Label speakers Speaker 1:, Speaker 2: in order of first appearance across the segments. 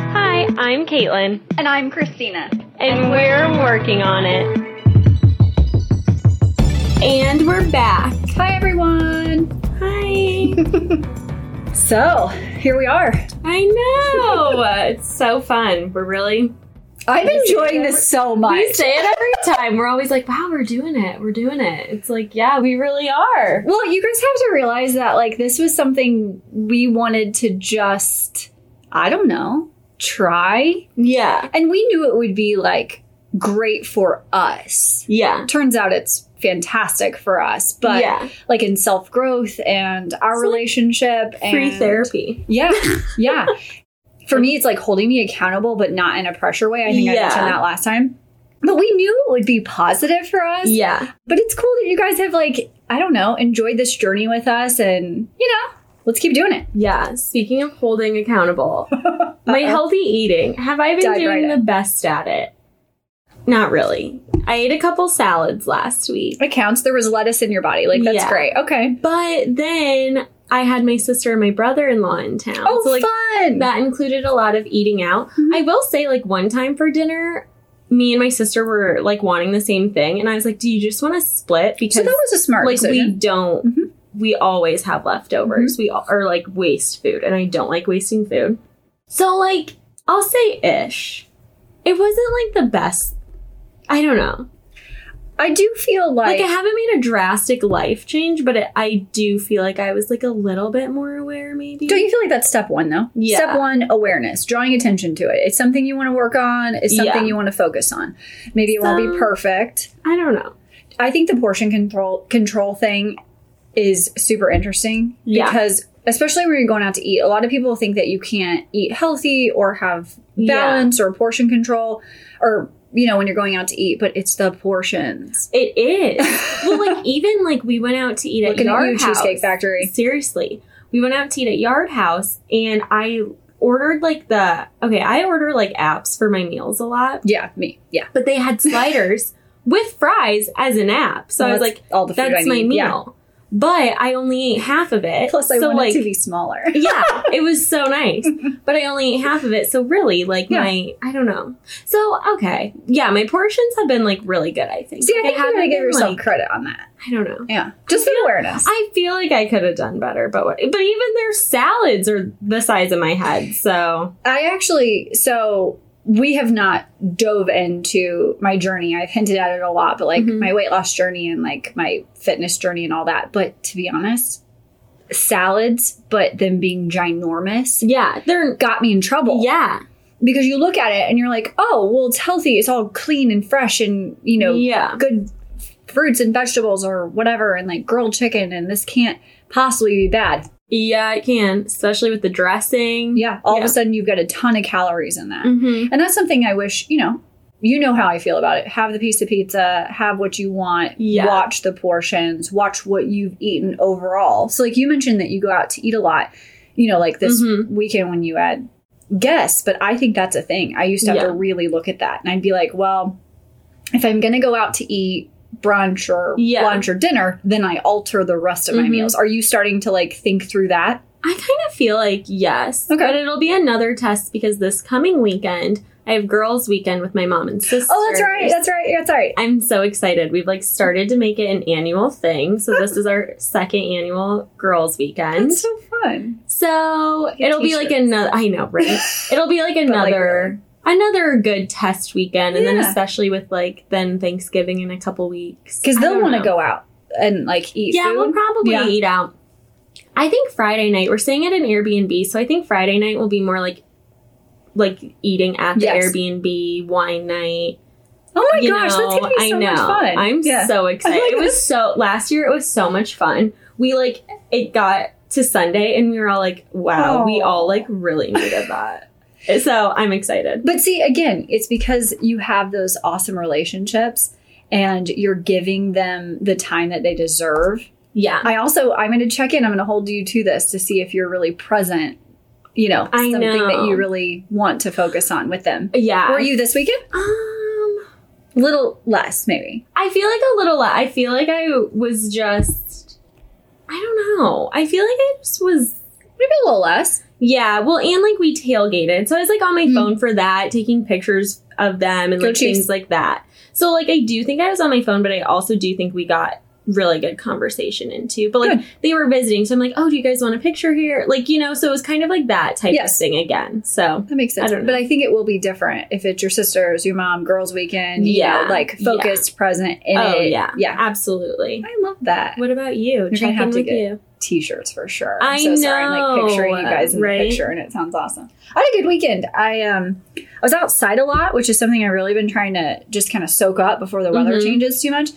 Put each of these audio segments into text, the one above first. Speaker 1: I'm Caitlin,
Speaker 2: And I'm Christina.
Speaker 1: and we're working on it.
Speaker 3: And we're back.
Speaker 2: Hi, everyone.
Speaker 3: Hi.
Speaker 4: So here we are.
Speaker 3: I know. it's so fun. We're really
Speaker 4: I'm enjoying this so much.
Speaker 3: we say it every time. We're always like, wow, we're doing it. We're doing it. It's like, yeah, we really are.
Speaker 4: Well, you guys have to realize that like this was something we wanted to just I don't know, try.
Speaker 3: Yeah.
Speaker 4: And we knew it would be like great for us.
Speaker 3: Yeah.
Speaker 4: Turns out it's fantastic for us, but
Speaker 3: yeah.
Speaker 4: like in self-growth and our
Speaker 3: It's like
Speaker 4: relationship and
Speaker 3: Free therapy.
Speaker 4: Yeah. Yeah. For me, it's like holding me accountable, but not in a pressure way. I think I
Speaker 3: Yeah.
Speaker 4: mentioned that last time. But we knew it would be positive for us.
Speaker 3: Yeah.
Speaker 4: But it's cool that you guys have like, I don't know, enjoyed this journey with us and you know, let's keep doing it.
Speaker 3: Yeah. Speaking of holding accountable, my healthy eating. Have I been
Speaker 4: Dive
Speaker 3: doing
Speaker 4: right
Speaker 3: the
Speaker 4: in.
Speaker 3: best at it? Not really. I ate a couple salads last week.
Speaker 4: It counts. There was lettuce in your body. Like that's
Speaker 3: Yeah.
Speaker 4: great. Okay.
Speaker 3: But then I had my sister and my brother in law in town.
Speaker 4: Oh
Speaker 3: so like
Speaker 4: fun.
Speaker 3: that included a lot of eating out.
Speaker 4: Mhm.
Speaker 3: I will say, like one time for dinner, me and my sister were like wanting the same thing, and I was like, "Do you just want to split?"
Speaker 4: so
Speaker 3: Because
Speaker 4: that was a smart
Speaker 3: like we
Speaker 4: decision.
Speaker 3: don't,
Speaker 4: Mhm.
Speaker 3: we always have leftovers.
Speaker 4: Mm-hmm.
Speaker 3: We all, or like waste food, and I don't like wasting food. So like I'll say ish. It wasn't like the best. I don't know.
Speaker 4: I do feel
Speaker 3: Like
Speaker 4: like,
Speaker 3: I haven't made a drastic life change, but it, I do feel like I was like a little bit more aware, maybe.
Speaker 4: don't you feel like that's step one though?
Speaker 3: Yeah.
Speaker 4: Step one, awareness, drawing attention to it. It's something you want to work on, it's something
Speaker 3: Yeah.
Speaker 4: you want to focus on. Maybe it won't be
Speaker 3: So-
Speaker 4: perfect.
Speaker 3: I don't know.
Speaker 4: I think the portion control control thing is super interesting
Speaker 3: Yeah.
Speaker 4: because especially when you're going out to eat, a lot of people think that you can't eat healthy or have
Speaker 3: Yeah.
Speaker 4: balance or portion control or you know when you're going out to eat, but it's the portions.
Speaker 3: It is. well, like even like we went out to eat at
Speaker 4: Looking at
Speaker 3: Yard
Speaker 4: you,
Speaker 3: House.
Speaker 4: Cheesecake Factory.
Speaker 3: Seriously, we went out to eat at Yard House, and I ordered like the okay. I order like apps for my meals a lot,
Speaker 4: Yeah, me. Yeah.
Speaker 3: but they had sliders with fries as an app. So I was
Speaker 4: That's
Speaker 3: like,
Speaker 4: all the food I
Speaker 3: that's my
Speaker 4: need. Yeah.
Speaker 3: meal. But I only ate half of it.
Speaker 4: Plus, I
Speaker 3: so
Speaker 4: want
Speaker 3: like,
Speaker 4: it to be smaller.
Speaker 3: yeah, it was so nice. But I only ate half of it. So really, like
Speaker 4: Yeah.
Speaker 3: my I don't know. So okay. Yeah, my portions have been like really good, I think.
Speaker 4: See, I
Speaker 3: Like,
Speaker 4: think you
Speaker 3: haven't
Speaker 4: gotta give
Speaker 3: been,
Speaker 4: yourself
Speaker 3: like-
Speaker 4: credit on that.
Speaker 3: I don't know.
Speaker 4: Yeah, just the
Speaker 3: feel-
Speaker 4: awareness.
Speaker 3: I feel like I could have done better, but what, but even their salads are the size of my head. So
Speaker 4: I actually so we have not dove into my journey. I've hinted at it a lot, but like
Speaker 3: Mhm.
Speaker 4: my weight loss journey and like my fitness journey and all that. But to be honest, salads, but them being ginormous
Speaker 3: yeah, they're
Speaker 4: got me in trouble.
Speaker 3: yeah,
Speaker 4: Because you look at it and you're like, oh, well, it's healthy. It's all clean and fresh and, you know,
Speaker 3: yeah,
Speaker 4: good fruits and vegetables or whatever and like grilled chicken and this can't possibly be bad.
Speaker 3: yeah. It can, especially with the dressing.
Speaker 4: Yeah. All
Speaker 3: Yeah.
Speaker 4: of a sudden you've got a ton of calories in that.
Speaker 3: Mm-hmm.
Speaker 4: And that's something I wish, you know, you know how I feel about it. Have the piece of pizza, have what you want,
Speaker 3: Yeah.
Speaker 4: watch the portions, watch what you've eaten overall. So, like you mentioned that you go out to eat a lot, you know, like this
Speaker 3: Mhm.
Speaker 4: weekend when you had guests, but I think that's a thing. I used to have
Speaker 3: Yeah.
Speaker 4: to really look at that and I'd be like, well, if I'm going to go out to eat, brunch or
Speaker 3: Yeah.
Speaker 4: lunch or dinner then i alter the rest of my
Speaker 3: Mhm.
Speaker 4: meals are you starting to like think through that
Speaker 3: I kind of feel like yes,
Speaker 4: Okay.
Speaker 3: but it'll be another test because this coming weekend I have girls' weekend with my mom and sister.
Speaker 4: oh that's right that's right that's right
Speaker 3: I'm so excited. We've like started to make it an annual thing. So this is our second annual girls' weekend.
Speaker 4: that's so fun
Speaker 3: So
Speaker 4: get
Speaker 3: it'll be like
Speaker 4: t-shirts.
Speaker 3: another. I know, right? It'll be like
Speaker 4: like,
Speaker 3: another another good test weekend, and then
Speaker 4: Yeah.
Speaker 3: especially with like then Thanksgiving in a couple weeks
Speaker 4: because
Speaker 3: I
Speaker 4: they'll
Speaker 3: don't
Speaker 4: want to
Speaker 3: know.
Speaker 4: go out and like eat
Speaker 3: Yeah,
Speaker 4: food.
Speaker 3: we'll probably
Speaker 4: Yeah.
Speaker 3: eat out. I think Friday night we're staying at an Airbnb, so I think Friday night will be more like like eating at the
Speaker 4: Yes.
Speaker 3: Airbnb, wine night.
Speaker 4: oh my
Speaker 3: you
Speaker 4: gosh,
Speaker 3: know,
Speaker 4: that's gonna be so
Speaker 3: I know.
Speaker 4: much fun.
Speaker 3: I'm
Speaker 4: yeah.
Speaker 3: so excited. it was so last year. It was so much fun. We like it got to Sunday, and we were all like, "Wow, we
Speaker 4: Oh.
Speaker 3: all like really needed that." so I'm excited.
Speaker 4: But see, again, it's because you have those awesome relationships and you're giving them the time that they deserve.
Speaker 3: Yeah,
Speaker 4: I also I'm gonna check in, I'm gonna hold you to this to see if you're really present, you know,
Speaker 3: I
Speaker 4: something that
Speaker 3: know.
Speaker 4: you really want to focus on with them.
Speaker 3: yeah.
Speaker 4: Were you this weekend?
Speaker 3: Um,
Speaker 4: Little less, maybe.
Speaker 3: I feel like a little. I feel like I was just. I don't know. I feel like I just was.
Speaker 4: Maybe a little less.
Speaker 3: Yeah, well, and like we tailgated, so I was like on my
Speaker 4: Mm.
Speaker 3: phone for that, taking pictures of them and
Speaker 4: Go
Speaker 3: like
Speaker 4: Chiefs.
Speaker 3: things like that. So like I do think I was on my phone, but I also do think we got really good conversation into. But like
Speaker 4: Good.
Speaker 3: they were visiting, so I'm like, oh, do you guys want a picture here? Like you know, so it was kind of like that type
Speaker 4: Yes.
Speaker 3: of thing again. So
Speaker 4: That makes sense.
Speaker 3: I don't know.
Speaker 4: But I think it will be different if it's your sisters, your mom, girls' weekend, you
Speaker 3: Yeah.
Speaker 4: know, like focused, present in
Speaker 3: oh
Speaker 4: it.
Speaker 3: yeah,
Speaker 4: Yeah.
Speaker 3: absolutely.
Speaker 4: I love that.
Speaker 3: What about you?
Speaker 4: gonna
Speaker 3: Check
Speaker 4: have
Speaker 3: in
Speaker 4: to
Speaker 3: with
Speaker 4: get-
Speaker 3: you.
Speaker 4: T shirts for sure.
Speaker 3: I
Speaker 4: I'm so sorry. I'm like
Speaker 3: know,
Speaker 4: picturing you guys in
Speaker 3: right?
Speaker 4: the picture and it sounds awesome. I had a good weekend. I um I was outside a lot, which is something I've really been trying to just kind of soak up before the weather
Speaker 3: Mhm.
Speaker 4: changes too much.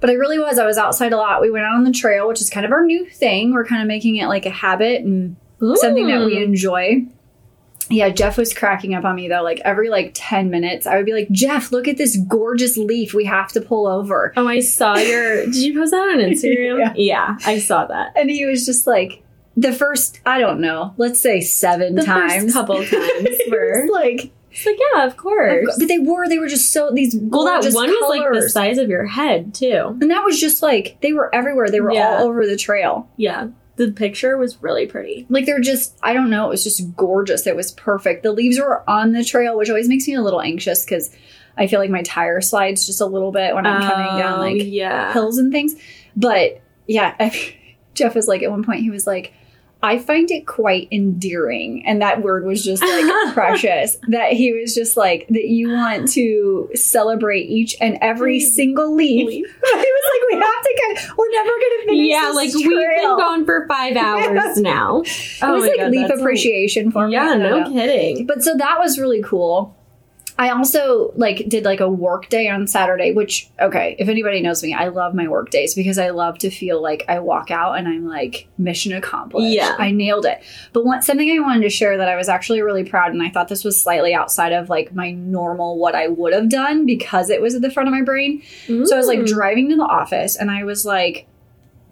Speaker 4: But I really was. I was outside a lot. We went out on the trail, which is kind of our new thing. We're kind of making it like a habit and something that we
Speaker 3: Ooh.
Speaker 4: enjoy. Yeah, Jeff was cracking up on me though. Like every like 10 minutes, I would be like, Jeff, look at this gorgeous leaf. We have to pull over.
Speaker 3: Oh, I saw your. did you post that on Instagram?
Speaker 4: Yeah.
Speaker 3: yeah, I saw that.
Speaker 4: And he was just like, the first, I don't know, let's say seven
Speaker 3: The
Speaker 4: times.
Speaker 3: first couple times
Speaker 4: It
Speaker 3: were
Speaker 4: was like,
Speaker 3: It's like, yeah, of course.
Speaker 4: but they were, they were just so, these
Speaker 3: well, that
Speaker 4: gorgeous
Speaker 3: one was like the
Speaker 4: colors.
Speaker 3: size of your head, too.
Speaker 4: And that was just like, they were everywhere. They were
Speaker 3: Yeah.
Speaker 4: all over the trail.
Speaker 3: Yeah. The picture was really pretty.
Speaker 4: Like they're just, I don't know, it was just gorgeous. It was perfect. The leaves were on the trail, which always makes me a little anxious because I feel like my tire slides just a little bit when I'm coming down
Speaker 3: Oh,
Speaker 4: like
Speaker 3: yeah.
Speaker 4: hills and things. But yeah, Jeff was like, at one point, he was like, I find it quite endearing. And that word was just like precious that he was just like, that you want to celebrate each and every
Speaker 3: Mm.
Speaker 4: single leaf. he was like, we have to kind of, we're never going to finish.
Speaker 3: Yeah,
Speaker 4: this
Speaker 3: like
Speaker 4: trail.
Speaker 3: we've been gone for five hours now.
Speaker 4: It was
Speaker 3: Oh my
Speaker 4: like
Speaker 3: God,
Speaker 4: leaf
Speaker 3: that's
Speaker 4: appreciation
Speaker 3: Like,
Speaker 4: for me.
Speaker 3: yeah,
Speaker 4: I don't know.
Speaker 3: no kidding.
Speaker 4: But so that was really cool. I also like did like a work day on Saturday, which okay, if anybody knows me, I love my work days because I love to feel like I walk out and I'm like mission accomplished.
Speaker 3: Yeah.
Speaker 4: I nailed it. But one something I wanted to share that I was actually really proud and I thought this was slightly outside of like my normal what I would have done because it was at the front of my brain. So I was like
Speaker 3: Mm.
Speaker 4: driving to the office and I was like,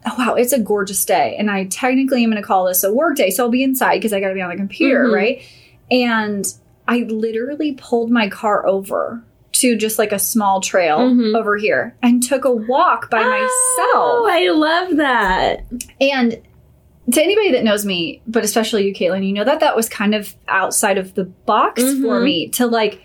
Speaker 4: oh, wow, it's a gorgeous day. And I technically am going to call this a work day. So I'll be inside because I got to be on the computer,
Speaker 3: Mhm.
Speaker 4: right? And I literally pulled my car over to just like a small trail
Speaker 3: Mhm.
Speaker 4: over here and took a walk by myself.
Speaker 3: Oh, I love that.
Speaker 4: And to anybody that knows me, but especially you, Caitlin, you know that that was kind of outside of the box for
Speaker 3: Mhm.
Speaker 4: me to like,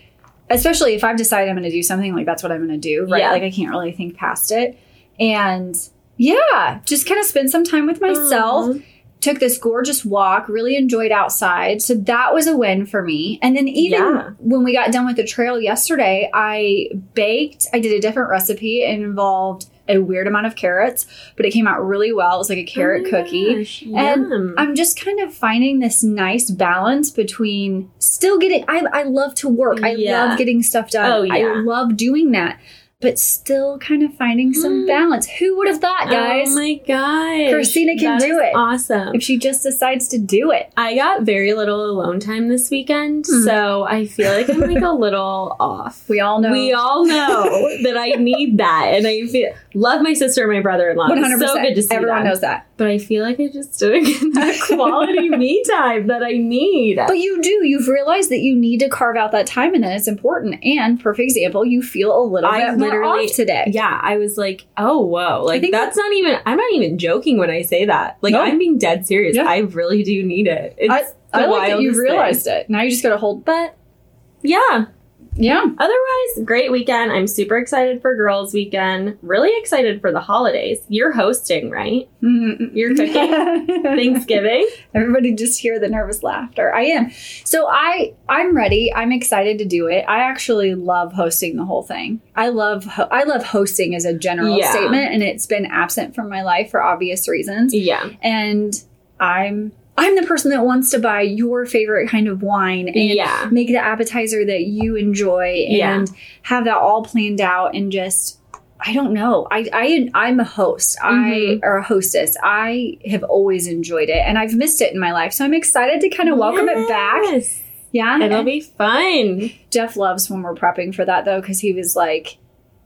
Speaker 4: especially if I've decided I'm going to do something, like that's what I'm going to do, right?
Speaker 3: Yeah.
Speaker 4: Like I can't really think past it. And yeah, just kind of spend some time with myself.
Speaker 3: Aw.
Speaker 4: Took this gorgeous walk, really enjoyed outside. So that was a win for me. And then even
Speaker 3: Yeah.
Speaker 4: when we got done with the trail yesterday, I baked, I did a different recipe. It involved a weird amount of carrots, but it came out really well. It was like a carrot
Speaker 3: Oh my
Speaker 4: cookie.
Speaker 3: gosh,
Speaker 4: And
Speaker 3: yum.
Speaker 4: I'm just kind of finding this nice balance between still getting. I, I love to work. I
Speaker 3: Yeah.
Speaker 4: love getting stuff done.
Speaker 3: Oh,
Speaker 4: I
Speaker 3: yeah.
Speaker 4: love doing that, but still kind of finding some
Speaker 3: Mm.
Speaker 4: balance. Who would have thought, guys?
Speaker 3: Oh my gosh.
Speaker 4: Christina can
Speaker 3: That
Speaker 4: do
Speaker 3: is
Speaker 4: it.
Speaker 3: Awesome.
Speaker 4: if she just decides to do it,
Speaker 3: I got very little alone time this weekend,
Speaker 4: Hmm.
Speaker 3: so I feel like I'm like a little off.
Speaker 4: we all know.
Speaker 3: We all know that I need that, and I feel love my sister and my brother in law.
Speaker 4: One hundred
Speaker 3: So good
Speaker 4: percent.
Speaker 3: to see
Speaker 4: Everyone
Speaker 3: them.
Speaker 4: knows that,
Speaker 3: but I feel like I just didn't get that quality me time that I need.
Speaker 4: but you do. You've realized that you need to carve out that time, and that it's important. And perfect example, you feel a little
Speaker 3: I
Speaker 4: bit more
Speaker 3: literally-
Speaker 4: off today.
Speaker 3: yeah, I was like, oh whoa, like
Speaker 4: think
Speaker 3: that's not even. I'm not even joking when I say that. Like
Speaker 4: No.
Speaker 3: I'm being dead serious.
Speaker 4: Yeah.
Speaker 3: I really do need it. It's
Speaker 4: I, I
Speaker 3: the
Speaker 4: like that
Speaker 3: wildest
Speaker 4: you
Speaker 3: thing.
Speaker 4: realized it. Now you just got to hold.
Speaker 3: but yeah,
Speaker 4: Yeah.
Speaker 3: Otherwise, great weekend. I'm super excited for Girls Weekend. Really excited for the holidays. You're hosting, right? Mm-hmm. You're cooking
Speaker 4: Thanks.
Speaker 3: Thanksgiving.
Speaker 4: Everybody just hear the nervous laughter. I am. So I I'm ready. I'm excited to do it. I actually love hosting the whole thing. I love ho- I love hosting as a general
Speaker 3: Yeah.
Speaker 4: statement and it's been absent from my life for obvious reasons.
Speaker 3: Yeah.
Speaker 4: And I'm I'm the person that wants to buy your favorite kind of wine and
Speaker 3: Yeah.
Speaker 4: make the appetizer that you enjoy
Speaker 3: Yeah.
Speaker 4: and have that all planned out and just I don't know. I I I'm a host. I
Speaker 3: Mhm.
Speaker 4: or a hostess. I have always enjoyed it and I've missed it in my life. So I'm excited to kind of welcome it back.
Speaker 3: Yes.
Speaker 4: Yeah.
Speaker 3: It'll be fun.
Speaker 4: Jeff loves when we're prepping for that though cuz he was like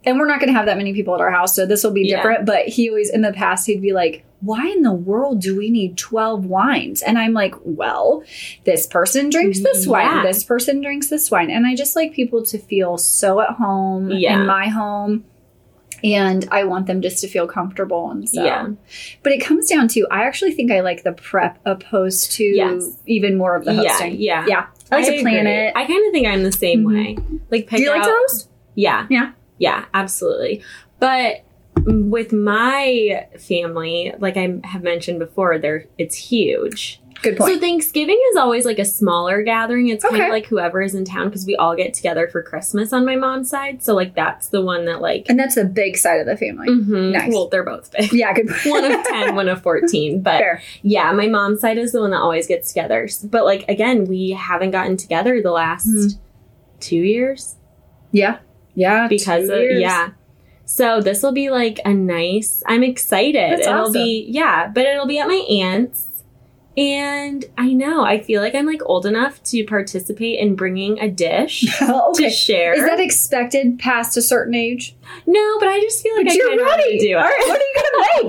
Speaker 4: and we're not going to have that many people at our house, so this will be
Speaker 3: Yeah.
Speaker 4: different, but he always in the past he'd be like why in the world do we need 12 wines? And I'm like, well, this person drinks this wine,
Speaker 3: Mm, Yeah.
Speaker 4: this person drinks this wine. And I just like people to feel so at home
Speaker 3: Yeah.
Speaker 4: in my home. and I want them just to feel comfortable and so.
Speaker 3: Yeah.
Speaker 4: But it comes down to I actually think I like the prep opposed to
Speaker 3: Yes.
Speaker 4: even more of the
Speaker 3: yeah,
Speaker 4: hosting.
Speaker 3: yeah.
Speaker 4: Yeah. I like to plan
Speaker 3: agree.
Speaker 4: it. Mm-hmm.
Speaker 3: I kind of think I'm the same way. Like, pick
Speaker 4: Do you
Speaker 3: out,
Speaker 4: like to host?
Speaker 3: Yeah.
Speaker 4: Yeah.
Speaker 3: Yeah, absolutely. But with my family, like I have mentioned before, there it's huge.
Speaker 4: Good point.
Speaker 3: So Thanksgiving is always like a smaller gathering. It's kind
Speaker 4: Okay.
Speaker 3: of like whoever is in town because we all get together for Christmas on my mom's side. So like that's the one that like
Speaker 4: and that's the big side of the family.
Speaker 3: mhm.
Speaker 4: Nice.
Speaker 3: well they're both big.
Speaker 4: Yeah, good point.
Speaker 3: one of 10, one of 14, but
Speaker 4: Fair.
Speaker 3: yeah, my mom's side is the one that always gets together. S- But like again, we haven't gotten together the last
Speaker 4: Hmm.
Speaker 3: 2 years
Speaker 4: Yeah. Yeah.
Speaker 3: because
Speaker 4: two
Speaker 3: of
Speaker 4: years.
Speaker 3: yeah. So this will be like a nice. I'm excited.
Speaker 4: That's
Speaker 3: it'll
Speaker 4: awesome.
Speaker 3: be yeah, but it'll be at my aunt's. And I know I feel like I'm like old enough to participate in bringing a dish
Speaker 4: Oh, okay.
Speaker 3: to share.
Speaker 4: Is that expected past a certain age?
Speaker 3: no, but I just feel like
Speaker 4: But
Speaker 3: I
Speaker 4: you're
Speaker 3: kind of want to
Speaker 4: ready.
Speaker 3: do it.
Speaker 4: All right, what are you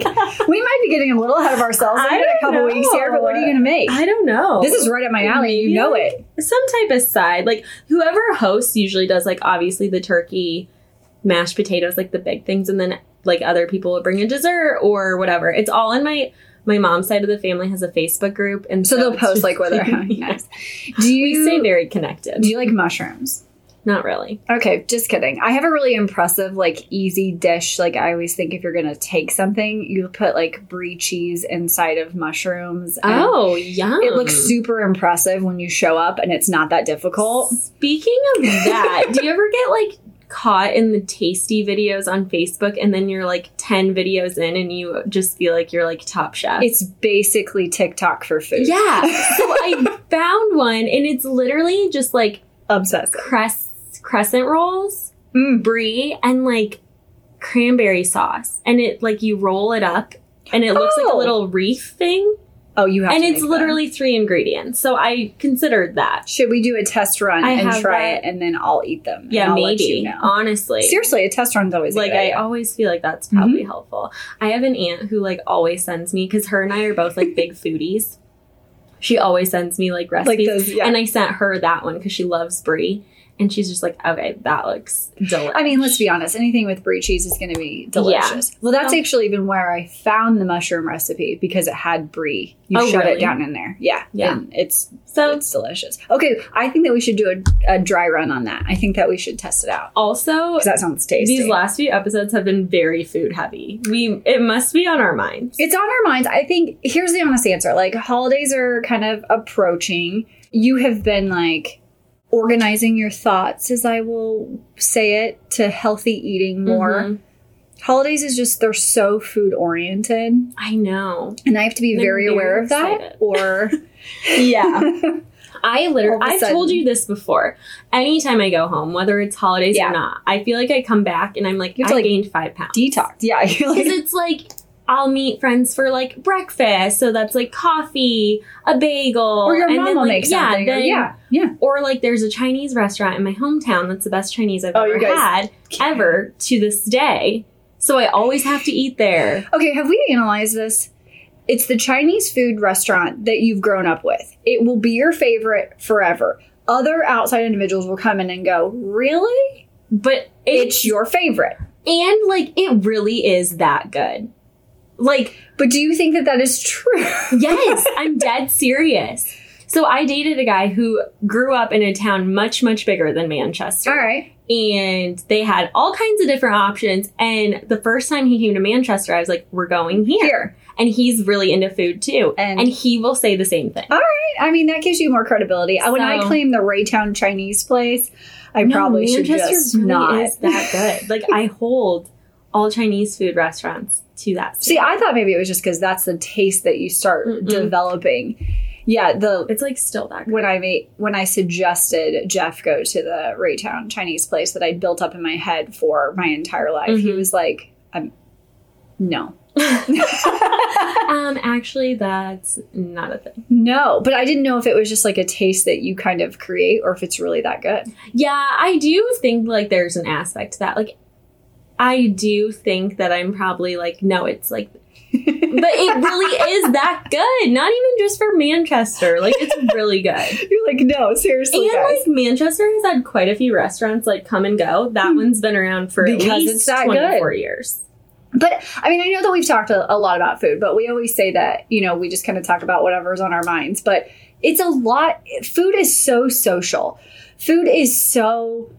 Speaker 4: gonna make? we might be getting a little ahead of ourselves.
Speaker 3: I
Speaker 4: We got a
Speaker 3: don't
Speaker 4: couple weeks here, but what are you gonna make?
Speaker 3: I don't know.
Speaker 4: This is right up my alley.
Speaker 3: Maybe
Speaker 4: You know it.
Speaker 3: some type of side. Like whoever hosts usually does like obviously the turkey, mashed potatoes, like the big things, and then like other people will bring a dessert or whatever. It's all in my my mom's side of the family has a Facebook group, and
Speaker 4: So they'll
Speaker 3: it's
Speaker 4: post
Speaker 3: just-
Speaker 4: like whether
Speaker 3: Yeah.
Speaker 4: nice. Do
Speaker 3: We
Speaker 4: you
Speaker 3: stay very connected.
Speaker 4: do you like mushrooms?
Speaker 3: Not really.
Speaker 4: Okay, just kidding. I have a really impressive, like, easy dish. Like, I always think if you're gonna take something, you put like brie cheese inside of mushrooms. and
Speaker 3: Oh, yum!
Speaker 4: it looks super impressive when you show up, and it's not that difficult.
Speaker 3: Speaking of that, do you ever get like caught in the tasty videos on Facebook, and then you're like ten videos in, and you just feel like you're like top chef?
Speaker 4: It's basically TikTok for food.
Speaker 3: Yeah. So I found one and it's literally just like
Speaker 4: obsessed.
Speaker 3: cress crescent rolls,
Speaker 4: Mm.
Speaker 3: brie, and like cranberry sauce. And it like you roll it up and it looks like a
Speaker 4: Oh.
Speaker 3: little wreath thing.
Speaker 4: Oh, you have.
Speaker 3: And
Speaker 4: to
Speaker 3: it's
Speaker 4: make them.
Speaker 3: literally three ingredients. So I considered that.
Speaker 4: Should we do a test run
Speaker 3: I
Speaker 4: and
Speaker 3: have
Speaker 4: try
Speaker 3: that.
Speaker 4: it, and then I'll eat them? and
Speaker 3: Yeah,
Speaker 4: I'll let
Speaker 3: maybe.
Speaker 4: you know.
Speaker 3: Honestly.
Speaker 4: Seriously, a test run's always a
Speaker 3: Like
Speaker 4: good
Speaker 3: I
Speaker 4: idea.
Speaker 3: always feel like that's
Speaker 4: Mm-hmm.
Speaker 3: probably helpful. I have an aunt who like always sends me because her and I are both like big foodies. She always sends me like recipes,
Speaker 4: like those. Yeah.
Speaker 3: And I sent her that one because she loves brie. And she's just like, okay, that looks delicious.
Speaker 4: I mean, let's be honest. Anything with brie cheese is going to be delicious. Well, that's
Speaker 3: No.
Speaker 4: actually even where I found the mushroom recipe because it had brie. You
Speaker 3: Oh,
Speaker 4: shove
Speaker 3: really?
Speaker 4: it down in there. Yeah,
Speaker 3: Yeah.
Speaker 4: And it's
Speaker 3: so
Speaker 4: it's delicious. Okay, I think that we should do a, a dry run on that. I think that we should test it out
Speaker 3: also
Speaker 4: because that sounds tasty.
Speaker 3: these last few episodes have been very food heavy. We it must be on our minds.
Speaker 4: It's on our minds. I think here's the honest answer. Like holidays are kind of approaching. You have been like organizing your thoughts as I will say it to healthy eating more.
Speaker 3: Mhm.
Speaker 4: Holidays is just they're so food oriented
Speaker 3: I know.
Speaker 4: and I have to be
Speaker 3: I'm
Speaker 4: very
Speaker 3: very
Speaker 4: aware of that
Speaker 3: excited.
Speaker 4: or
Speaker 3: Yeah. I literally
Speaker 4: All of a
Speaker 3: I've told
Speaker 4: sudden.
Speaker 3: you this before. Anytime I go home, whether it's holidays
Speaker 4: Yeah.
Speaker 3: or not, I feel like I come back and I'm like,
Speaker 4: You
Speaker 3: I
Speaker 4: have to, like,
Speaker 3: gained five pounds.
Speaker 4: detox. Yeah, you're
Speaker 3: Because
Speaker 4: like
Speaker 3: it's like I'll meet friends for like breakfast, so that's like coffee, a bagel,
Speaker 4: or your
Speaker 3: and
Speaker 4: mom
Speaker 3: then,
Speaker 4: will
Speaker 3: like,
Speaker 4: make something.
Speaker 3: Yeah,
Speaker 4: or-
Speaker 3: then-
Speaker 4: yeah, yeah.
Speaker 3: Or like there's a Chinese restaurant in my hometown that's the best Chinese I've
Speaker 4: Oh, you
Speaker 3: ever
Speaker 4: guys-
Speaker 3: had ever to this day. So I always have to eat there.
Speaker 4: Okay, have we analyzed this? It's the Chinese food restaurant that you've grown up with. It will be your favorite forever. Other outside individuals will come in and go, Really?
Speaker 3: But
Speaker 4: It's, your favorite.
Speaker 3: and like it really is that good. Like
Speaker 4: But do you think that that is true?
Speaker 3: Yes, I'm dead serious. So I dated a guy who grew up in a town much much bigger than Manchester.
Speaker 4: All right.
Speaker 3: and they had all kinds of different options. And the first time he came to Manchester, I was like, "We're going here,",
Speaker 4: Here.
Speaker 3: and he's really into food too,
Speaker 4: And-
Speaker 3: and, he will say the same thing.
Speaker 4: I mean, that gives you more credibility. I when I
Speaker 3: So-
Speaker 4: claim the Raytown Chinese place, I
Speaker 3: No,
Speaker 4: probably should
Speaker 3: Manchester
Speaker 4: just
Speaker 3: really
Speaker 4: not.
Speaker 3: is that good. Like I hold all Chinese food restaurants to that.
Speaker 4: See,
Speaker 3: standard.
Speaker 4: I thought maybe it was just because that's the taste that you start
Speaker 3: Mm-mm.
Speaker 4: developing. Yeah, the
Speaker 3: it's like still that good.
Speaker 4: when I made when I suggested Jeff go to the Raytown Chinese place that I built up in my head for my entire life, he
Speaker 3: Mhm.
Speaker 4: was like, "I'm no,
Speaker 3: um, actually, that's not a thing.
Speaker 4: no." But I didn't know if it was just like a taste that you kind of create, or if it's really that good.
Speaker 3: Yeah, I do think like there's an aspect to that. Like, I do think that I'm probably like, no, it's like but it really is that good. Not even just for Manchester. Like it's really good.
Speaker 4: You're like, no, seriously,
Speaker 3: And
Speaker 4: guys.
Speaker 3: like Manchester has had quite a few restaurants like come and go. That one's been around for at
Speaker 4: Because
Speaker 3: least
Speaker 4: it's that
Speaker 3: 24 years.
Speaker 4: But I mean, I know that we've talked a, a lot about food, but we always say that, you know, we just kind of talk about whatever's on our minds. But it's a lot. Food is so social. Food is so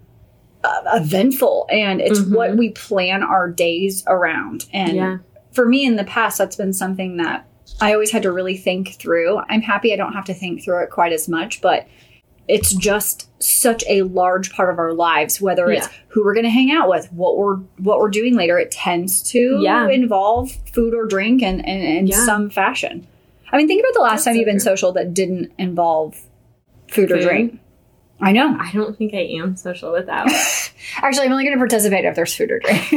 Speaker 4: uh, eventful, and it's
Speaker 3: Mhm.
Speaker 4: what we plan our days around. And
Speaker 3: yeah.
Speaker 4: for me in the past, that's been something that I always had to really think through. I'm happy I don't have to think through it quite as much, but it's just such a large part of our lives whether it's who we're going to hang out with what we're what we're doing later it tends to
Speaker 3: Yeah.
Speaker 4: involve food or drink and in, in, in
Speaker 3: Yeah.
Speaker 4: some fashion i mean think about the last
Speaker 3: That's
Speaker 4: time
Speaker 3: so
Speaker 4: you've been
Speaker 3: true.
Speaker 4: social that didn't involve food, or
Speaker 3: Food.
Speaker 4: drink i know
Speaker 3: I don't think I am social without.
Speaker 4: actually i'm only going to participate if there's food or drink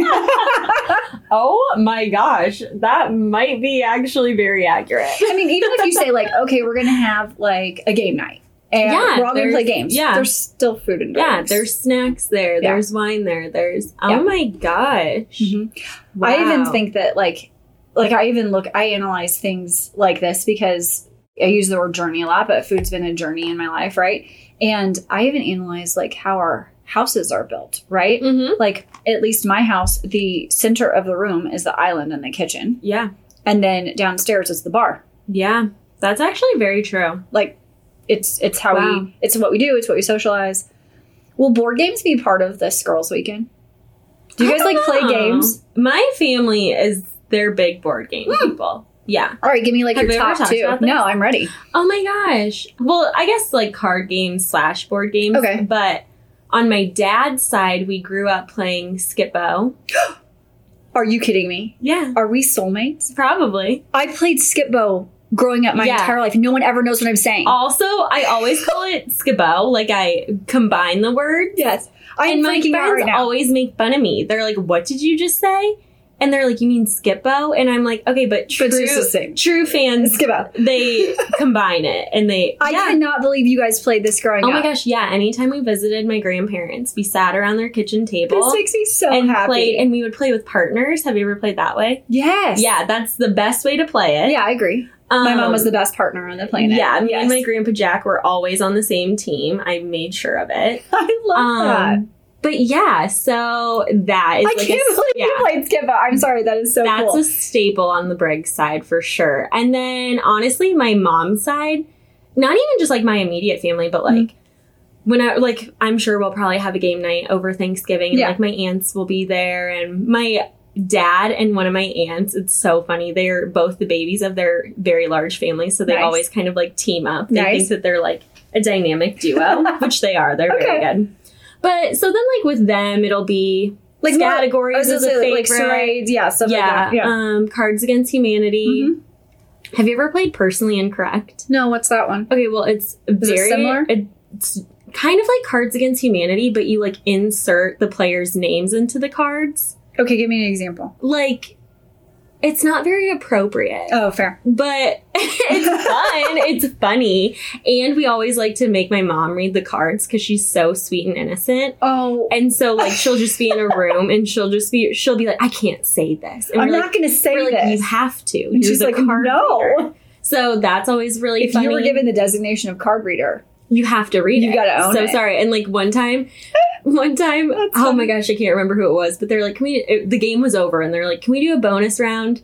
Speaker 3: oh my gosh. That might be actually very accurate.
Speaker 4: I mean, even if you say like, okay, we're gonna have like a game night, and
Speaker 3: Yeah,
Speaker 4: we're all gonna
Speaker 3: there's-
Speaker 4: play games.
Speaker 3: yeah.
Speaker 4: there's still food and drinks.
Speaker 3: Yeah, there's snacks there.
Speaker 4: Yeah.
Speaker 3: There's wine there. There's oh
Speaker 4: Yeah.
Speaker 3: my gosh.
Speaker 4: Mhm. I even
Speaker 3: Wow.
Speaker 4: think that like, like I even look, I analyze things like this because I use the word journey a lot, but food's been a journey in my life, right? And I even analyze like how our houses are built, right?
Speaker 3: Mhm.
Speaker 4: Like at least my house, the center of the room is the island and the kitchen,
Speaker 3: Yeah,
Speaker 4: and then downstairs is the bar.
Speaker 3: yeah, that's actually very true.
Speaker 4: like it's it's how
Speaker 3: Wow.
Speaker 4: we it's what we do it's what we socialize will board games be part of this girls weekend do you
Speaker 3: I
Speaker 4: guys
Speaker 3: don't
Speaker 4: like play
Speaker 3: know.
Speaker 4: games Hmm.
Speaker 3: My family is they're big board game people. Yeah.
Speaker 4: all right give me like
Speaker 3: Have
Speaker 4: your
Speaker 3: we ever
Speaker 4: top
Speaker 3: talked
Speaker 4: two
Speaker 3: about this?
Speaker 4: no i'm ready
Speaker 3: Oh my gosh. Well, I guess like card games slash board games.
Speaker 4: Okay.
Speaker 3: But on my dad's side, we grew up playing Skip-Bo.
Speaker 4: are you kidding me
Speaker 3: Yeah,
Speaker 4: are we soulmates
Speaker 3: probably.
Speaker 4: i played skip bow growing up my
Speaker 3: Yeah.
Speaker 4: entire life no one ever knows what i'm saying
Speaker 3: Also, I always call it Skip-Bo. Like I combine the words.
Speaker 4: yes i'm
Speaker 3: and my
Speaker 4: freaking out
Speaker 3: friends
Speaker 4: right now
Speaker 3: always make fun of me. They're like, "What did you just say?" And they're like, "You mean Skippo?" And I'm like, "Okay, but true,
Speaker 4: But it's the same.
Speaker 3: true fans,
Speaker 4: skip bow
Speaker 3: they combine it and they,
Speaker 4: i
Speaker 3: yeah."
Speaker 4: cannot believe you guys played this growing
Speaker 3: Oh
Speaker 4: up
Speaker 3: my gosh, yeah. Anytime we visited my grandparents, we sat around their kitchen table
Speaker 4: this makes me so
Speaker 3: and
Speaker 4: happy
Speaker 3: played, and we would play with partners. Have you ever played that way?
Speaker 4: yes
Speaker 3: Yeah, that's the best way to play it.
Speaker 4: yeah i agree my mom
Speaker 3: Um,
Speaker 4: was the best partner on the planet
Speaker 3: Yeah, me
Speaker 4: yes.
Speaker 3: and my grandpa Jack were always on the same team. I made sure of it.
Speaker 4: i love that
Speaker 3: Um, but yeah, so that is
Speaker 4: I
Speaker 3: like a-
Speaker 4: can't believe you
Speaker 3: yeah.
Speaker 4: played Skip Out. I'm sorry, that is so
Speaker 3: That's
Speaker 4: cool.
Speaker 3: a staple on the Briggs side for sure. And then honestly, my mom's side, not even just like my immediate family, but
Speaker 4: Mm-hmm.
Speaker 3: like when I like I'm sure we'll probably have a game night over Thanksgiving and
Speaker 4: Yeah.
Speaker 3: like my aunts will be there and my dad and one of my aunts, it's so funny. They're both the babies of their very large family, so they
Speaker 4: Nice.
Speaker 3: always kind of like team up. They
Speaker 4: Nice.
Speaker 3: think that they're like a dynamic duo, which they are. They're very
Speaker 4: Okay.
Speaker 3: good. But so then like with them it'll be like
Speaker 4: more- I
Speaker 3: categories
Speaker 4: was
Speaker 3: is a
Speaker 4: gonna say,
Speaker 3: favorite
Speaker 4: Oh, like charades, yeah, stuff like
Speaker 3: yeah,
Speaker 4: that. Yeah.
Speaker 3: Um, Cards Against Humanity. Have you ever played Personally Incorrect?
Speaker 4: No, what's that one?
Speaker 3: Okay, well, it's
Speaker 4: it
Speaker 3: very
Speaker 4: similar?
Speaker 3: It's kind of like Cards Against Humanity, but you like insert the players' names into the cards.
Speaker 4: Okay, give me an example.
Speaker 3: Like, it's not very appropriate,
Speaker 4: Oh, fair.
Speaker 3: but it's fun. it's funny, and we always like to make my mom read the cards because she's so sweet and innocent.
Speaker 4: Oh,
Speaker 3: And so, like, she'll just be in a room, and she'll just be, she'll be like, "I can't say this," and
Speaker 4: I'm
Speaker 3: we're like,
Speaker 4: not going to say
Speaker 3: we're like,
Speaker 4: this.
Speaker 3: you have to.
Speaker 4: And
Speaker 3: You're
Speaker 4: she's
Speaker 3: the
Speaker 4: like,
Speaker 3: card
Speaker 4: no.
Speaker 3: reader. So that's always really
Speaker 4: if
Speaker 3: funny.
Speaker 4: you were given the designation of card reader,
Speaker 3: You have to read
Speaker 4: You
Speaker 3: it.
Speaker 4: gotta own
Speaker 3: so
Speaker 4: it.
Speaker 3: sorry. And like one time, one time, oh
Speaker 4: That's funny.
Speaker 3: my gosh, I can't remember who it was, but they're like, can we? It, the game was over, and they're like, can we do a bonus round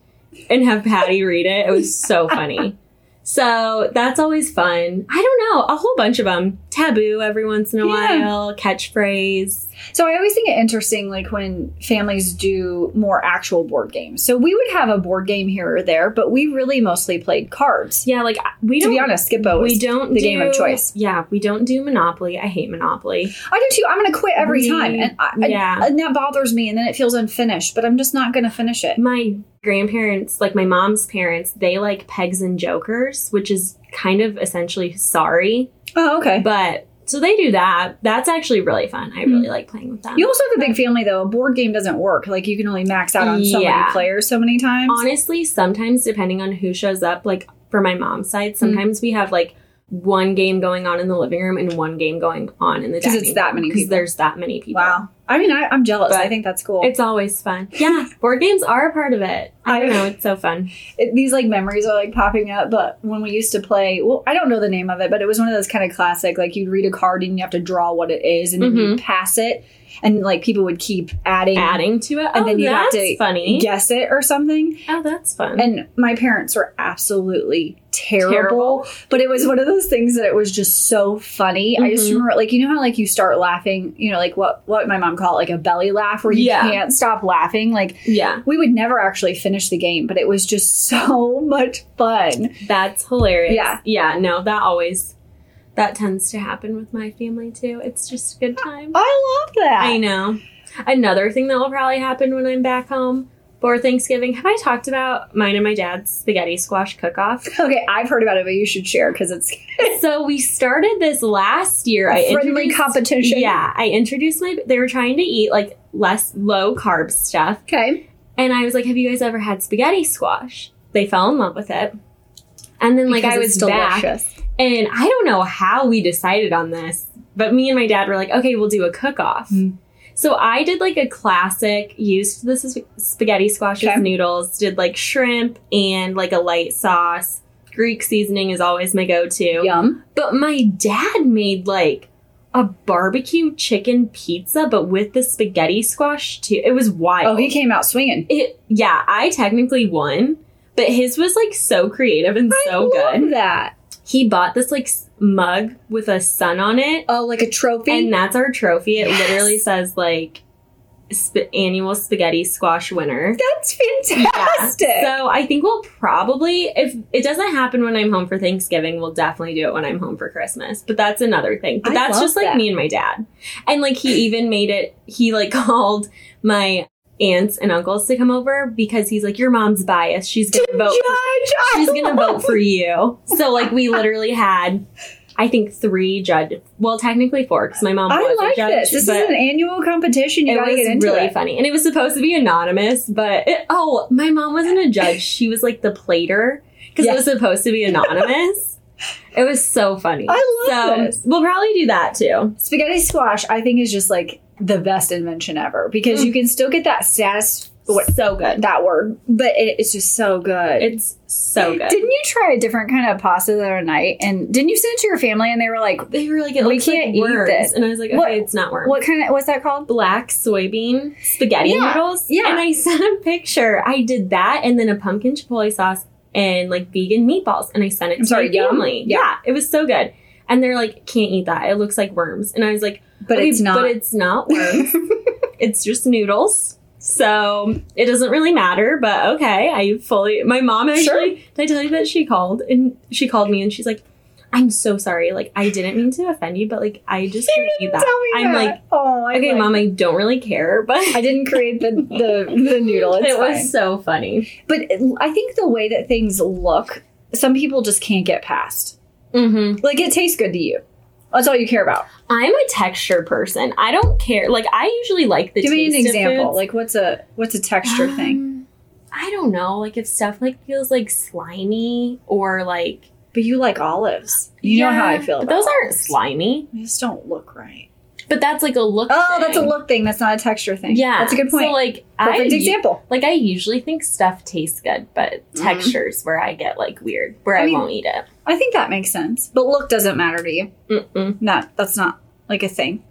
Speaker 3: and have Patty read it? It was so funny. So that's always fun. I don't know a whole bunch of them. Taboo every once in a
Speaker 4: Yeah.
Speaker 3: while. Catchphrase.
Speaker 4: So I always think it interesting, like when families do more actual board games. So we would have a board game here or there, but we really mostly played cards.
Speaker 3: Yeah, like we
Speaker 4: to
Speaker 3: don't.
Speaker 4: be honest, Skippo
Speaker 3: we
Speaker 4: is
Speaker 3: don't
Speaker 4: the
Speaker 3: do,
Speaker 4: game of choice.
Speaker 3: Yeah, we don't do Monopoly. I hate Monopoly.
Speaker 4: I do too. I'm going to quit every
Speaker 3: We-
Speaker 4: time, and I,
Speaker 3: yeah.
Speaker 4: and, and that bothers me, and then it feels unfinished. But I'm just not going to finish it.
Speaker 3: my grandparents, like my mom's parents, they like pegs and jokers, which is kind of essentially sorry.
Speaker 4: Oh, okay.
Speaker 3: But so they do that. That's actually really fun. I really like playing with them.
Speaker 4: Mm. You also have a big family though. A board game doesn't work. Like you can only max out on so
Speaker 3: Yeah.
Speaker 4: many players so many times.
Speaker 3: Honestly, sometimes depending on who shows up, like for my mom's
Speaker 4: Mm.
Speaker 3: side, sometimes we have like one game going on in the living room and one game going on in the
Speaker 4: 'Cause
Speaker 3: dining
Speaker 4: it's that many
Speaker 3: because
Speaker 4: people.
Speaker 3: there's that many people.
Speaker 4: wow. I mean, I, I'm jealous.
Speaker 3: But
Speaker 4: I think that's cool.
Speaker 3: It's always fun. Yeah, board games are a part of it. I don't
Speaker 4: I-
Speaker 3: know. It's so fun.
Speaker 4: it, these like memories are like popping up. But when we used to play, well, I don't know the name of it, but it was one of those kind of classic like you'd read a card and you have to draw what it is, and then you pass it, and like people would keep adding,
Speaker 3: Mm-hmm. Adding to it.
Speaker 4: and
Speaker 3: oh,
Speaker 4: then you have
Speaker 3: that's
Speaker 4: to
Speaker 3: funny.
Speaker 4: guess it or something.
Speaker 3: Oh, that's fun.
Speaker 4: And my parents were absolutely terrible,
Speaker 3: Terrible.
Speaker 4: but it was one of those things that it was just so funny. I just
Speaker 3: Mhm.
Speaker 4: remember, like, you know how like you start laughing, you know, like what what my mom called like a belly laugh, where you
Speaker 3: Yeah.
Speaker 4: can't stop laughing. Like
Speaker 3: yeah,
Speaker 4: we would never actually finish the game, but it was just so much fun.
Speaker 3: that's hilarious.
Speaker 4: Yeah.
Speaker 3: yeah. No, that always that tends to happen with my family too. It's just a good time.
Speaker 4: I love that.
Speaker 3: I know. Another thing that will probably happen when I'm back home for Thanksgiving. Have I talked about mine and my dad's spaghetti squash cook-off?
Speaker 4: Okay, I've heard about it, but you should share because it's
Speaker 3: so we started this last year. I
Speaker 4: friendly
Speaker 3: introduced-
Speaker 4: competition.
Speaker 3: Yeah, I introduced my. They were trying to eat like less low carb stuff,
Speaker 4: Okay.
Speaker 3: and I was like, "Have you guys ever had spaghetti squash?" They fell in love with it, and then like
Speaker 4: Because
Speaker 3: I was
Speaker 4: it's
Speaker 3: back, and I don't know how we decided on this, but me and my dad were like, okay, we'll do a cook off.
Speaker 4: Mm.
Speaker 3: So I did like a classic, used this is spaghetti squashes,
Speaker 4: Okay.
Speaker 3: noodles, did like shrimp and like a light sauce. Greek seasoning is always my go to.
Speaker 4: Yum.
Speaker 3: But my dad made like a barbecue chicken pizza, but with the spaghetti squash too. It was wild.
Speaker 4: Oh, he came out swinging.
Speaker 3: it, yeah, I technically won, but his was like so creative and so
Speaker 4: I love
Speaker 3: good
Speaker 4: that.
Speaker 3: he bought this like s- mug with a sun on it
Speaker 4: Oh, like a trophy.
Speaker 3: and that's our trophy it
Speaker 4: Yes.
Speaker 3: literally says like sp- annual spaghetti squash winner
Speaker 4: That's
Speaker 3: Yeah.
Speaker 4: fantastic.
Speaker 3: so i think we'll probably if it doesn't happen when i'm home for thanksgiving we'll definitely do it when i'm home for christmas but that's another thing but
Speaker 4: I
Speaker 3: that's
Speaker 4: love
Speaker 3: just like
Speaker 4: that.
Speaker 3: me and my dad and like he even made it he like called my aunts and uncles to come over because he's like your mom's biased she's gonna vote for
Speaker 4: Judge, I
Speaker 3: she's gonna vote
Speaker 4: love
Speaker 3: for you. So like we literally had, I think three judge. Well, technically four because my mom
Speaker 4: I
Speaker 3: was
Speaker 4: like
Speaker 3: a judge.
Speaker 4: this. This is
Speaker 3: but
Speaker 4: an annual competition. You
Speaker 3: it
Speaker 4: gotta
Speaker 3: was
Speaker 4: get into
Speaker 3: really
Speaker 4: it.
Speaker 3: funny, and it was supposed to be anonymous. But it, oh, my mom wasn't a judge; she was like the plater because
Speaker 4: Yeah.
Speaker 3: it was supposed to be anonymous. it was so funny.
Speaker 4: I love
Speaker 3: so
Speaker 4: this.
Speaker 3: we'll probably do that too.
Speaker 4: Spaghetti squash, I think, is just like the best invention ever because
Speaker 3: Mm.
Speaker 4: you can still get that satis what-
Speaker 3: So good.
Speaker 4: that word, but it, it's just so good.
Speaker 3: It's so good.
Speaker 4: Didn't you try a different kind of pasta the other night? And didn't you send it to your family? And they were like,
Speaker 3: they were like, it
Speaker 4: We
Speaker 3: looks like
Speaker 4: can't eat
Speaker 3: worms,
Speaker 4: this.
Speaker 3: and I was like, okay,
Speaker 4: What-
Speaker 3: it's not worms.
Speaker 4: "What kind of? What's that called?"
Speaker 3: black soybean spaghetti
Speaker 4: Yeah,
Speaker 3: noodles.
Speaker 4: yeah.
Speaker 3: And I sent a picture. I did that and then a pumpkin chipotle sauce and like vegan meatballs. And I sent it
Speaker 4: I'm
Speaker 3: to
Speaker 4: sorry,
Speaker 3: my
Speaker 4: yum?
Speaker 3: family.
Speaker 4: Yeah.
Speaker 3: It was so good. And they're like, can't eat that. It looks like worms. And I was like,
Speaker 4: But
Speaker 3: "Okay,
Speaker 4: it's not.
Speaker 3: But it's not worms. it's just noodles. So it doesn't really matter, but okay. I fully my mom actually
Speaker 4: Sure.
Speaker 3: did I tell you that she called and she called me and she's like, I'm so sorry. Like I didn't mean to offend you, but like I just
Speaker 4: You
Speaker 3: can't eat
Speaker 4: didn't
Speaker 3: that.
Speaker 4: tell me
Speaker 3: I'm
Speaker 4: that.
Speaker 3: like
Speaker 4: "Oh, I
Speaker 3: Okay,
Speaker 4: like-
Speaker 3: mom, I don't really care, but
Speaker 4: I didn't create the the, the noodle. It's
Speaker 3: it
Speaker 4: fine.
Speaker 3: was so funny.
Speaker 4: But it- I think the way that things look, some people just can't get past.
Speaker 3: Mm-hmm.
Speaker 4: Like it tastes good to you. That's all you care about.
Speaker 3: I'm a texture person. I don't care. Like I usually like the.
Speaker 4: Give me an
Speaker 3: taste of
Speaker 4: example.
Speaker 3: foods.
Speaker 4: Like what's a what's a texture thing?
Speaker 3: Um, I don't know. Like if stuff like feels like slimy or like
Speaker 4: But you like olives. You know how I
Speaker 3: Yeah,
Speaker 4: feel.
Speaker 3: But
Speaker 4: about
Speaker 3: those aren't
Speaker 4: olives.
Speaker 3: slimy.
Speaker 4: They just don't look right.
Speaker 3: But that's like a look.
Speaker 4: Oh, that's a
Speaker 3: thing.
Speaker 4: look thing. That's not a texture thing.
Speaker 3: Yeah,
Speaker 4: that's a good point.
Speaker 3: So like I
Speaker 4: Perfect example.
Speaker 3: like I usually think stuff tastes good, but
Speaker 4: Mhm.
Speaker 3: textures where I get like weird, where
Speaker 4: I
Speaker 3: I,
Speaker 4: mean-
Speaker 3: won't eat it.
Speaker 4: I think that makes sense. But look doesn't matter to you.
Speaker 3: Mm-mm.
Speaker 4: No, that's not like a thing.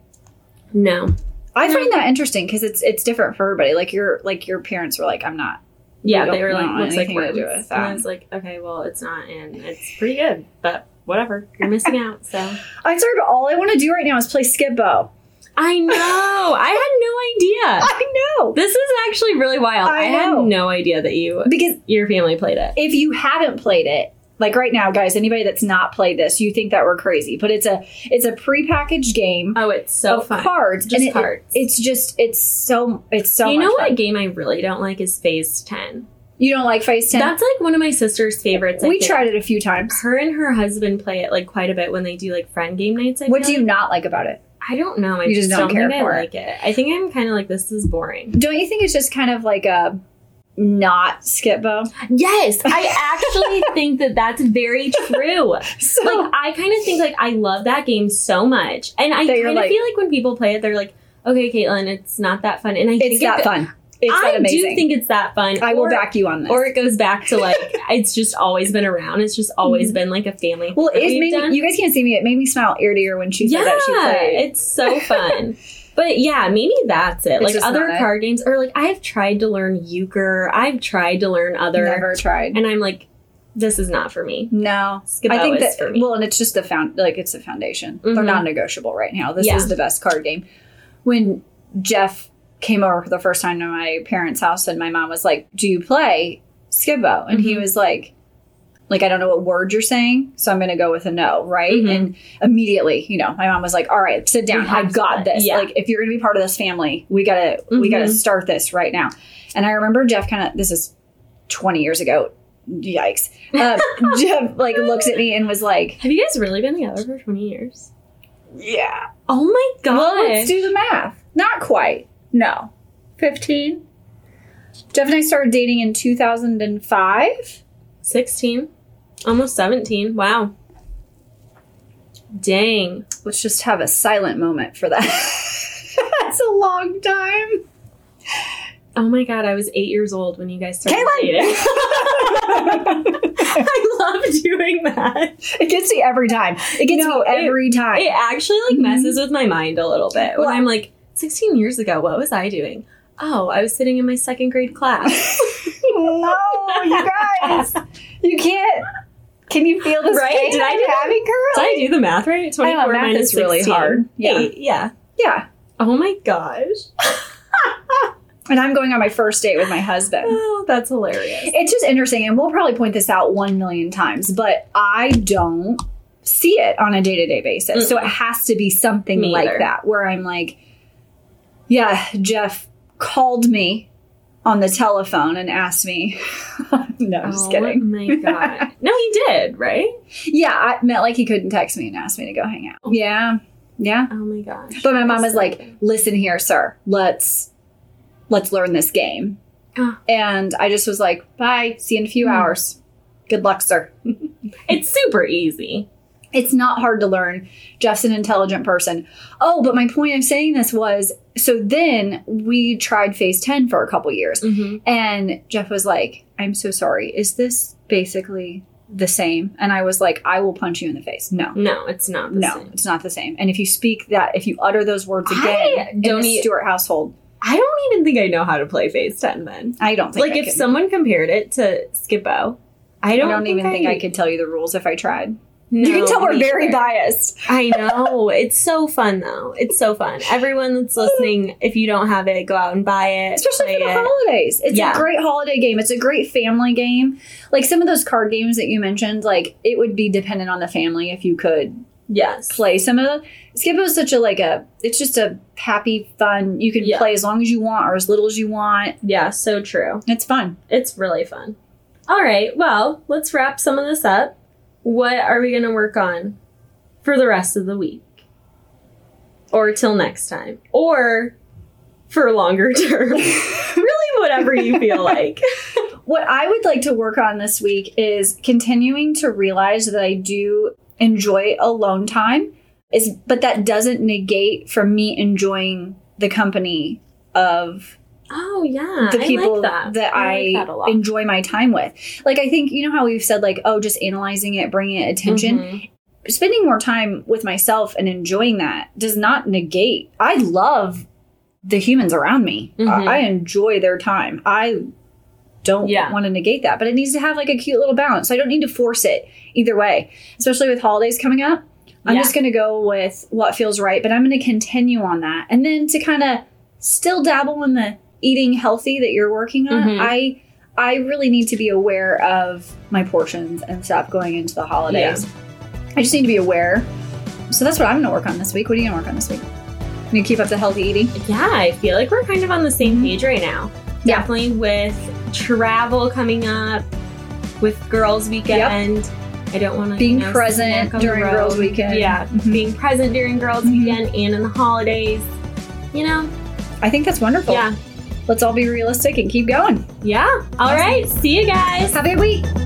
Speaker 3: No.
Speaker 4: I
Speaker 3: No.
Speaker 4: find that interesting because it's it's different for everybody. Like your like your parents were like, I'm not.
Speaker 3: Yeah,
Speaker 4: We
Speaker 3: they
Speaker 4: don't
Speaker 3: were like,
Speaker 4: want
Speaker 3: looks like
Speaker 4: anything to
Speaker 3: worms.
Speaker 4: do with
Speaker 3: And
Speaker 4: that.
Speaker 3: I was like, okay, well, it's not, and it's pretty good, but whatever. You're missing out. So
Speaker 4: I'm sorry, but all I want to do right now is play Skipbo.
Speaker 3: I know. I had no idea.
Speaker 4: I know
Speaker 3: This is actually really wild.
Speaker 4: I
Speaker 3: I, had
Speaker 4: know.
Speaker 3: no idea that you
Speaker 4: because
Speaker 3: your family played it.
Speaker 4: if you haven't played it like right now guys anybody that's not played this you think that we're crazy but it's a it's a prepackaged game
Speaker 3: Oh, it's so
Speaker 4: of
Speaker 3: fun.
Speaker 4: cards
Speaker 3: Just
Speaker 4: and it-
Speaker 3: cards.
Speaker 4: it's just it's so it's so
Speaker 3: you
Speaker 4: much
Speaker 3: know what
Speaker 4: fun.
Speaker 3: game I really don't like is Phase Ten.
Speaker 4: you don't like face 10
Speaker 3: That's like one of my sister's favorites. I
Speaker 4: we
Speaker 3: think.
Speaker 4: tried it a few times
Speaker 3: Her and her husband play it like quite a bit when they do like friend game nights. I
Speaker 4: what
Speaker 3: feel
Speaker 4: do you
Speaker 3: like.
Speaker 4: not like about it
Speaker 3: I don't know. I
Speaker 4: You just don't care
Speaker 3: think
Speaker 4: for
Speaker 3: I
Speaker 4: it.
Speaker 3: like it. I think I'm kind of like this is boring.
Speaker 4: don't you think it's just kind of like a not skipbo
Speaker 3: Yes, I actually think that that's very true.
Speaker 4: so
Speaker 3: Like I kind of think like I love that game so much, and I
Speaker 4: That you're
Speaker 3: kind of
Speaker 4: like-
Speaker 3: feel like when people play it, they're like, okay, Caitlin, it's not that fun. And I
Speaker 4: It's
Speaker 3: think
Speaker 4: that
Speaker 3: it,
Speaker 4: fun. It's
Speaker 3: I
Speaker 4: that amazing.
Speaker 3: do think it's that fun.
Speaker 4: I will
Speaker 3: or,
Speaker 4: back you on this.
Speaker 3: Or it goes back to like it's just always been around. It's just always been like a family.
Speaker 4: Mm-hmm. well,
Speaker 3: thing that
Speaker 4: it
Speaker 3: we've
Speaker 4: made
Speaker 3: done.
Speaker 4: me, you guys can't see me. It made me smile ear to ear when she
Speaker 3: yeah,
Speaker 4: said that she played.
Speaker 3: it's so fun. but yeah, maybe that's it.
Speaker 4: It's
Speaker 3: Like
Speaker 4: just
Speaker 3: other
Speaker 4: not it.
Speaker 3: card games, or like I've tried to learn euchre. I've tried to learn other,
Speaker 4: Never tried.
Speaker 3: and I'm like, this is not for me.
Speaker 4: No,
Speaker 3: Skip
Speaker 4: I think
Speaker 3: is
Speaker 4: that
Speaker 3: for me.
Speaker 4: well, and it's just the found like it's the foundation.
Speaker 3: Mhm.
Speaker 4: They're non-negotiable right now. This
Speaker 3: Yeah.
Speaker 4: is the best card game. When Jeff came over for the first time to my parents' house, and my mom was like, "Do you play Skibbo?" and
Speaker 3: Mm-hmm.
Speaker 4: he was like. Like I don't know what word you're saying, so I'm gonna go with a no, right?
Speaker 3: Mhm.
Speaker 4: And immediately, you know, my mom was like, "All right, sit down.
Speaker 3: You have
Speaker 4: I got
Speaker 3: to play."
Speaker 4: this.
Speaker 3: Yeah.
Speaker 4: Like, if you're gonna be part of this family, we gotta we gotta
Speaker 3: Mhm.
Speaker 4: start this right now." And I remember Jeff kind of this is 20 years ago. Yikes. Um, Jeff like looks at me and was like,
Speaker 3: Have you guys really been together for 20 years?
Speaker 4: "Yeah,
Speaker 3: Oh my god.
Speaker 4: well, let's do the math." Not quite. No, 15. Jeff and I started dating in 2005.
Speaker 3: 16. Almost 17. Wow. Dang.
Speaker 4: Let's just have a silent moment for that. That's a long time.
Speaker 3: Oh my god, I was eight years old when you guys started
Speaker 4: Caitlin!
Speaker 3: dating. I love doing that.
Speaker 4: It gets me every time. It gets
Speaker 3: No,
Speaker 4: me
Speaker 3: it-
Speaker 4: every time.
Speaker 3: It actually like
Speaker 4: Mhm.
Speaker 3: messes with my mind a little bit when
Speaker 4: Well-
Speaker 3: I'm like, 16 years ago, what was I doing? Oh, I was sitting in my second grade class.
Speaker 4: no, you guys, you can't. Can you feel this
Speaker 3: Right?
Speaker 4: pain
Speaker 3: Did I
Speaker 4: I'm
Speaker 3: do that?
Speaker 4: having, girl?
Speaker 3: Did I do the math right?
Speaker 4: I know,
Speaker 3: 24
Speaker 4: math
Speaker 3: minus
Speaker 4: is really
Speaker 3: 16.
Speaker 4: hard. Yeah.
Speaker 3: Eight, yeah.
Speaker 4: Yeah.
Speaker 3: Oh my gosh.
Speaker 4: And I'm going on my first date with my husband.
Speaker 3: Oh, that's hilarious.
Speaker 4: It's just interesting, and we'll probably point this out one million times, but I don't see it on a day to day basis. So it has to be something
Speaker 3: Me
Speaker 4: like
Speaker 3: either.
Speaker 4: that where I'm like, yeah, Jeff called me on the telephone and asked me. no, I'm just kidding.
Speaker 3: Oh my god. No, he did, right?
Speaker 4: Yeah, I meant like he couldn't text me and ask me to go hang out. Yeah. Yeah.
Speaker 3: Oh my gosh.
Speaker 4: But my mom was
Speaker 3: That's
Speaker 4: like,
Speaker 3: something.
Speaker 4: "Listen here, sir. Let's let's learn this game."
Speaker 3: Ah.
Speaker 4: And I just was like, "Bye. See you in a
Speaker 3: Hmm.
Speaker 4: few hours. Good luck, sir."
Speaker 3: It's super easy.
Speaker 4: It's not hard to learn. Jeff's an intelligent person. Oh, but my point of saying this was so then we tried phase 10 for a couple years.
Speaker 3: Mm-hmm.
Speaker 4: And Jeff was like, I'm so sorry. Is this basically the same? And I was like, I will punch you in the face. No.
Speaker 3: No, it's not. The
Speaker 4: no,
Speaker 3: same.
Speaker 4: it's not the same. And if you speak that, if you utter those words
Speaker 3: I
Speaker 4: again in
Speaker 3: don't
Speaker 4: the
Speaker 3: e-
Speaker 4: Stewart household,
Speaker 3: I don't even think I know how to play Phase Ten. Then,
Speaker 4: I don't think
Speaker 3: like,
Speaker 4: I
Speaker 3: if
Speaker 4: could.
Speaker 3: someone compared it to Skippo, I
Speaker 4: I
Speaker 3: don't,
Speaker 4: don't, even think I could tell you the rules if I tried.
Speaker 3: No,
Speaker 4: you can tell we're
Speaker 3: me
Speaker 4: very
Speaker 3: either.
Speaker 4: biased.
Speaker 3: I know it's so fun though. It's so fun. Everyone that's listening, if you don't have it, go out and buy it.
Speaker 4: Especially for
Speaker 3: play
Speaker 4: the
Speaker 3: it.
Speaker 4: holidays. It's
Speaker 3: Yeah.
Speaker 4: a great holiday game. It's a great family game. Like some of those card games that you mentioned, like it would be dependent on the family if you could
Speaker 3: Yes,
Speaker 4: play some of the Skippo is such a like a it's just a happy, fun you can
Speaker 3: Yeah.
Speaker 4: play as long as you want or as little as you want.
Speaker 3: yeah, so true.
Speaker 4: It's fun.
Speaker 3: It's really fun. All right, well, let's wrap some of this up. What are we going to work on for the rest of the week? Or till next time? Or for longer term? really, whatever you feel like.
Speaker 4: What I would like to work on this week is continuing to realize that I do enjoy alone time is but that doesn't negate from me enjoying the company of
Speaker 3: Oh, yeah.
Speaker 4: the people
Speaker 3: I like
Speaker 4: that.
Speaker 3: that,
Speaker 4: I,
Speaker 3: like that a lot.
Speaker 4: enjoy my time with. Like I think you know how we've said like oh just analyzing it, bringing it attention.
Speaker 3: Mhm.
Speaker 4: Spending more time with myself and enjoying that does not negate. I love the humans around me. I-
Speaker 3: Mhm.
Speaker 4: I enjoy their time. I don't
Speaker 3: Yeah.
Speaker 4: want to negate that, but it needs to have like a cute little balance. So I don't need to force it either way, especially with holidays coming up. I'm
Speaker 3: Yeah.
Speaker 4: just going to go with what feels right, but I'm going to continue on that. And then to kind of still dabble in the eating healthy that you're working on,
Speaker 3: Mhm.
Speaker 4: I I really need to be aware of my portions and stop going into the holidays. I just need to be aware. So that's what I'm going to work on this week. What are you going to work on this week? You keep up the healthy eating.
Speaker 3: Yeah, I feel like we're kind of on the same page right now.
Speaker 4: Mm-hmm. Yeah.
Speaker 3: Definitely with travel coming up, with girls' weekend. I don't want to
Speaker 4: Being present during girls' weekend.
Speaker 3: Yeah,
Speaker 4: Mhm.
Speaker 3: being present during girls'
Speaker 4: Mhm.
Speaker 3: weekend and in the holidays. You know,
Speaker 4: I think that's wonderful.
Speaker 3: yeah,
Speaker 4: Let's all be realistic and keep going.
Speaker 3: yeah. All right, see you guys.
Speaker 4: Have a good week.